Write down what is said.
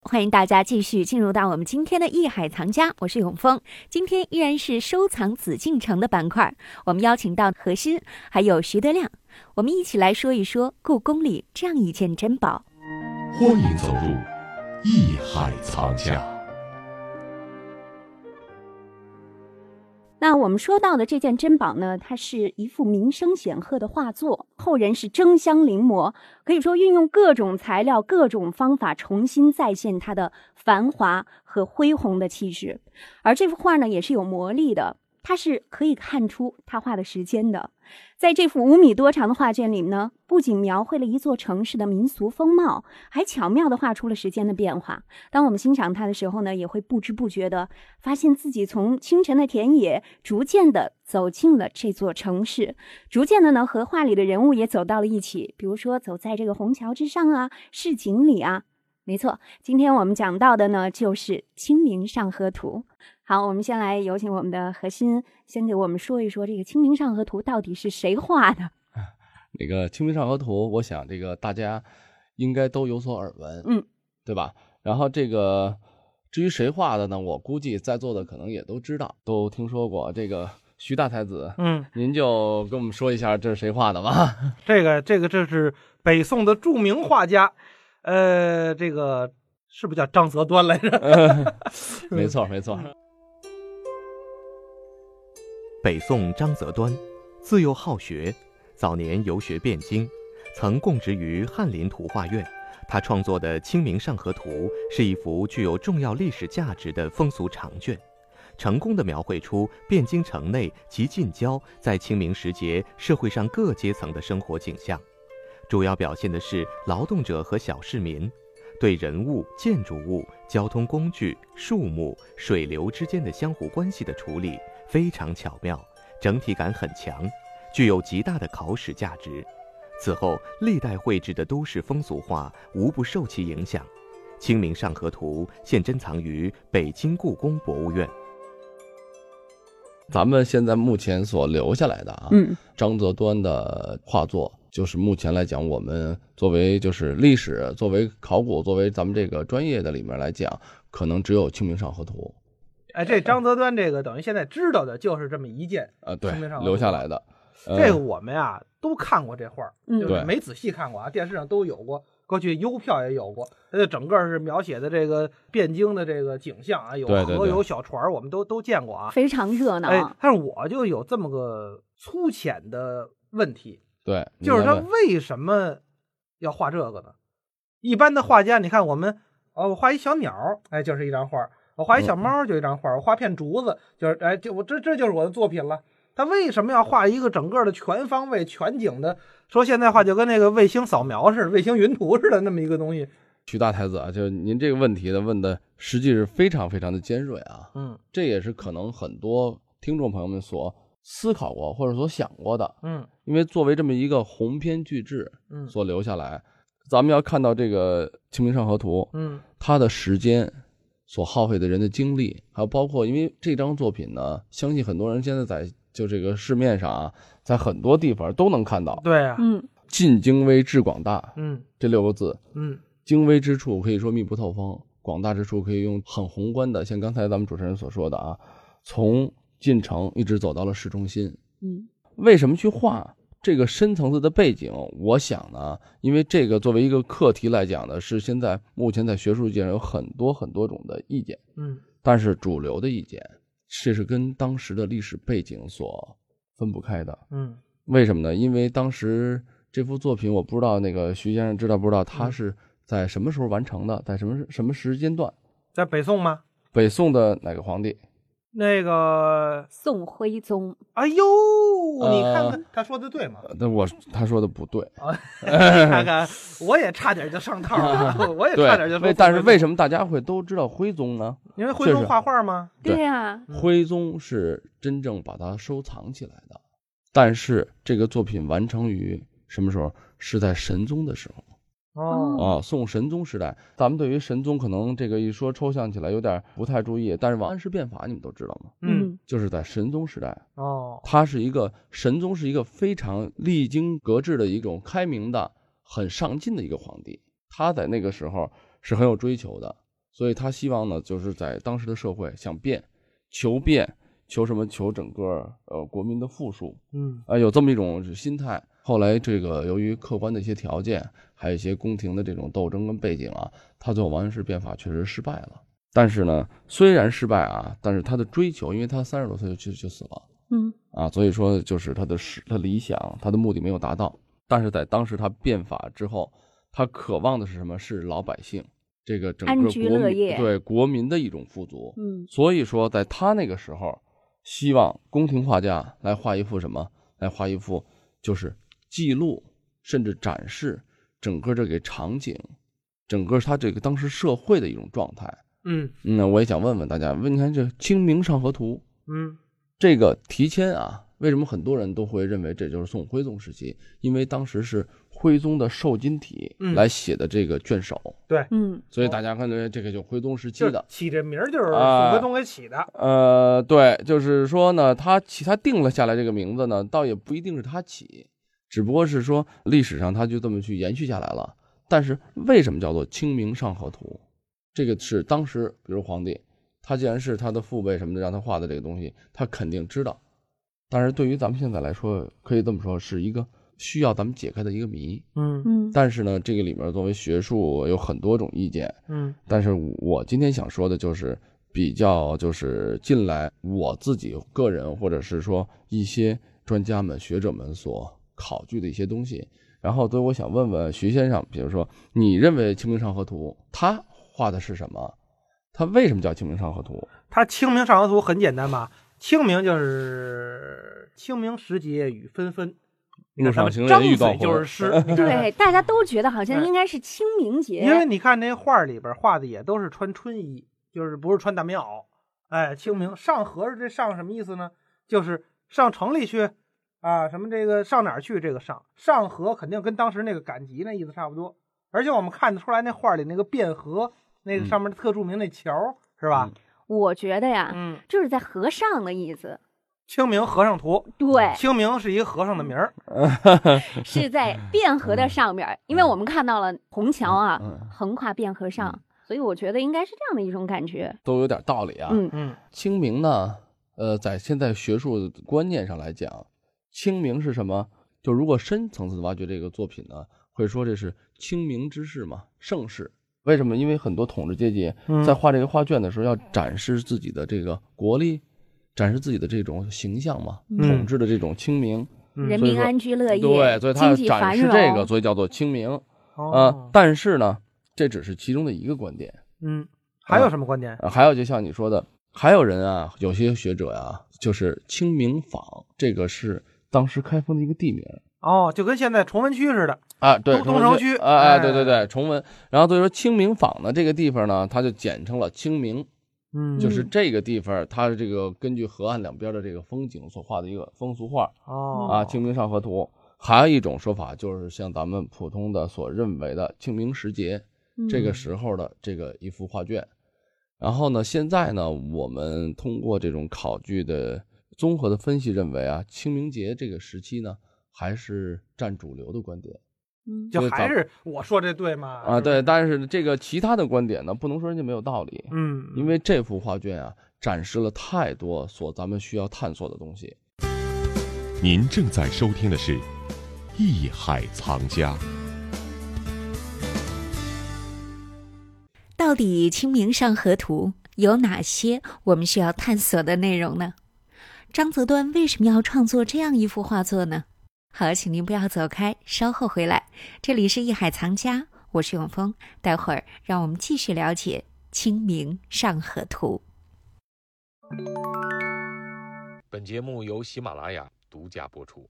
欢迎大家继续进入到我们今天的艺海藏家，我是永峰。今天依然是收藏紫禁城的板块，我们邀请到何欣还有徐德亮，我们一起来说一说故宫里这样一件珍宝。欢迎走入艺海藏家。那我们说到的这件珍宝呢，它是一幅名声显赫的画作，后人是争相临摹，可以说运用各种材料、各种方法重新再现它的繁华和恢宏的气势。而这幅画呢，也是有魔力的，它是可以看出他画的时间的。在这幅五米多长的画卷里呢，不仅描绘了一座城市的民俗风貌，还巧妙地画出了时间的变化。当我们欣赏它的时候呢，也会不知不觉地发现自己从清晨的田野，逐渐地走进了这座城市，逐渐的呢和画里的人物也走到了一起。比如说，走在这个虹桥之上啊，市井里啊。没错，今天我们讲到的呢，就是《清明上河图》。好，我们先来有请我们的何欣，先给我们说一说这个《清明上河图》到底是谁画的？那个《清明上河图》，我想这个大家应该都有所耳闻，嗯，对吧？然后这个至于谁画的呢？我估计在座的可能也都知道，都听说过这个徐大才子，嗯，您就跟我们说一下这是谁画的吧？ 这个这个这是北宋的著名画家，呃，这个是不是叫张择端来着？ 没错，没错，嗯北宋张择端，自幼好学，早年游学汴京，曾供职于翰林图画院。他创作的《清明上河图》是一幅具有重要历史价值的风俗长卷，成功的描绘出汴京城内及近郊在清明时节社会上各阶层的生活景象，主要表现的是劳动者和小市民。对人物、建筑物、交通工具、树木、水流之间的相互关系的处理非常巧妙，整体感很强，具有极大的考史价值。此后，历代绘制的都市风俗画无不受其影响。《清明上河图》现珍藏于北京故宫博物院。 咱们现在目前所留下来的啊，嗯，张择端的画作，就是目前来讲，我们作为就是历史、作为考古、作为咱们这个专业的里面来讲，可能只有《清明上河图哎，这张择端这个等于现在知道的就是这么一件，》啊，对清明上，河图留下来的。呃这个我们呀都看过这画儿，嗯就是对没仔细看过啊，电视上都有过，过去邮票也有过。它就整个是描写的这个汴京的这个景象啊，有对对河对有小船儿，我们都都见过啊。嗯非常热闹。哎，但是我就有这么个粗浅的问题，对，就是您来他问为什么要画这个呢？一般的画家，你看我们，哦，我画一小鸟，哎，就是一张画；我画一小猫，就一张画；我画片竹子，就是哎，就我这这就是我的作品了。他为什么要画一个整个的全方位、全景的？说现在话就跟那个卫星扫描似的、卫星云图似的那么一个东西。徐大才子啊，就是您这个问题呢问的，实际是非常非常的尖锐啊。嗯这也是可能很多听众朋友们所思考过或者所想过的，嗯因为作为这么一个鸿篇巨制嗯所留下来，咱们要看到这个《清明上河图》，嗯它的时间所耗费的人的精力，还有包括因为这张作品呢，相信很多人现在在就这个市面上啊，在很多地方都能看到对啊，嗯， “尽精微致广大嗯”这六个字，嗯精微之处可以说密不透风，广大之处可以用很宏观的，像刚才咱们主持人所说的啊，从进城一直走到了市中心。嗯，为什么去画这个深层次的背景？我想呢，因为这个作为一个课题来讲呢，是现在目前在学术界上有很多很多种的意见，嗯但是主流的意见，这是跟当时的历史背景所分不开的。嗯为什么呢？因为当时这幅作品，我不知道那个徐先生知道不知道，他嗯是在什么时候完成的，在什么什么时间段？在北宋吗？北宋的哪个皇帝？那个，宋徽宗，哎呦，你看看，他说的对吗？呃但我他说的不对， 看看，我也差点就上套了，我也对差点就，说。为但是为么？什么大家会都知道徽宗呢？因为徽这宗是画画吗？对对啊，嗯徽宗是真正把它收藏起来的，但是这个作品完成于什么时候？是在神宗的时候。哦，啊，宋神宗时代，咱们对于神宗可能这个一说抽象起来有点不太注意，但是王安石变法你们都知道吗？嗯，嗯就是在神宗时代，哦，它是一个神宗是一个非常励精革治的一种开明的、很上进的一个皇帝，他在那个时候是很有追求的，所以他希望呢，就是在当时的社会想变，求变，求什么？求整个呃国民的富庶，嗯啊，有这么一种心态。后来这个由于客观的一些条件，还有一些宫廷的这种斗争跟背景啊，他最后王安石变法确实失败了。但是呢，虽然失败啊，但是他的追求，因为他三十多岁就就就死了，嗯啊，所以说就是他的是他理想，他的目的没有达到。但是在当时他变法之后，他渴望的是什么？是老百姓这个整安个居国乐民业对国民的一种富足。嗯所以说，在他那个时候，希望宫廷画家来画一幅什么？来画一幅就是记录甚至展示整个这个场景，整个他这个当时社会的一种状态。嗯嗯，那我也想问问大家，问你看这《清明上河图》，嗯这个提签啊，为什么很多人都会认为这就是宋徽宗时期？因为当时是徽宗的瘦金体嗯来写的这个卷首，嗯所以大家看觉这个就徽宗时期就是的。起这名儿就是宋啊徽宗给起的，呃，对，就是说呢，他起他定了下来这个名字呢，倒也不一定是他起，只不过是说历史上他就这么去延续下来了。但是为什么叫做《清明上河图》？这个是当时，比如皇帝，他既然是他的父辈什么的让他画的这个东西，他肯定知道。但是对于咱们现在来说，可以这么说，是一个需要咱们解开的一个谜。嗯嗯但是呢，这个里面作为学术有很多种意见，嗯但是我今天想说的就是比较就是近来我自己个人或者是说一些专家们学者们所考据的一些东西。然后，所以我想问问徐先生，比如说你认为《清明上河图》它画的是什么？它为什么叫《清明上河图》？他《清明上河图》很简单吧？清明就是清明时节雨纷纷，你看路上咱们行人张欲断嘴就是魂诗，你看对，大家都觉得好像哎应该是清明节，因为你看那画儿里边画的也都是穿春衣，就是不是穿大棉袄。哎，清明上河是这上什么意思呢？就是上城里去啊，什么这个上哪儿去？这个上上河肯定跟当时那个赶集那意思差不多。而且我们看得出来，那画儿里那个汴河那个上面特著名那桥、是吧？我觉得呀，嗯，就是在河上的意思，清明和尚图，对，清明是一个和尚的名儿。嗯是 在汴河的上面儿，因为我们看到了虹桥啊，嗯嗯横跨汴河上，所以我觉得应该是这样的一种感觉。都有点道理啊。嗯嗯清明呢，呃，在现在学术观念上来讲，清明是什么？就如果深层次地挖掘这个作品呢，会说这是清明之事嘛，盛世。为什么？因为很多统治阶级嗯在画这个画卷的时候，要展示自己的这个国力，展示自己的这种形象嘛，嗯统治的这种清明。嗯人所以民说安居乐业，对，所以他经济展繁示荣。这个，所以叫做清明啊哦。但是呢，这只是其中的一个观点。嗯，还有什么观点？啊，还有就像你说的，还有人啊，有些学者啊，就是清明坊，这个是当时开封的一个地名儿哦，就跟现在崇文区似的。啊，对，东文东城区啊，哎，对哎对对，崇文。然后所以说清明坊呢，这个地方呢，它就简称了清明，嗯就是嗯这个地方，它是这个根据河岸两边的这个风景所画的一个风俗画哦啊，《清明上河图》。还有一种说法就是像咱们普通的所认为的清明时节，这个时候的这个一幅画卷。然后呢，现在呢，我们通过这种考据的综合的分析，认为啊，清明节这个时期呢，还是占主流的观点嗯就所以还咱是我说这对吗？啊。是吧对，，但是这个其他的观点呢，不能说人家没有道理，嗯，因为这幅画卷啊，展示了太多所咱们需要探索的东西。您正在收听的是《艺海藏家》。到底《清明上河图》有哪些我们需要探索的内容呢？张择端为什么要创作这样一幅画作呢？好，请您不要走开，稍后回来。这里是《艺海藏家》，我是永峰。待会儿让我们继续了解《清明上河图》。本节目由喜马拉雅独家播出。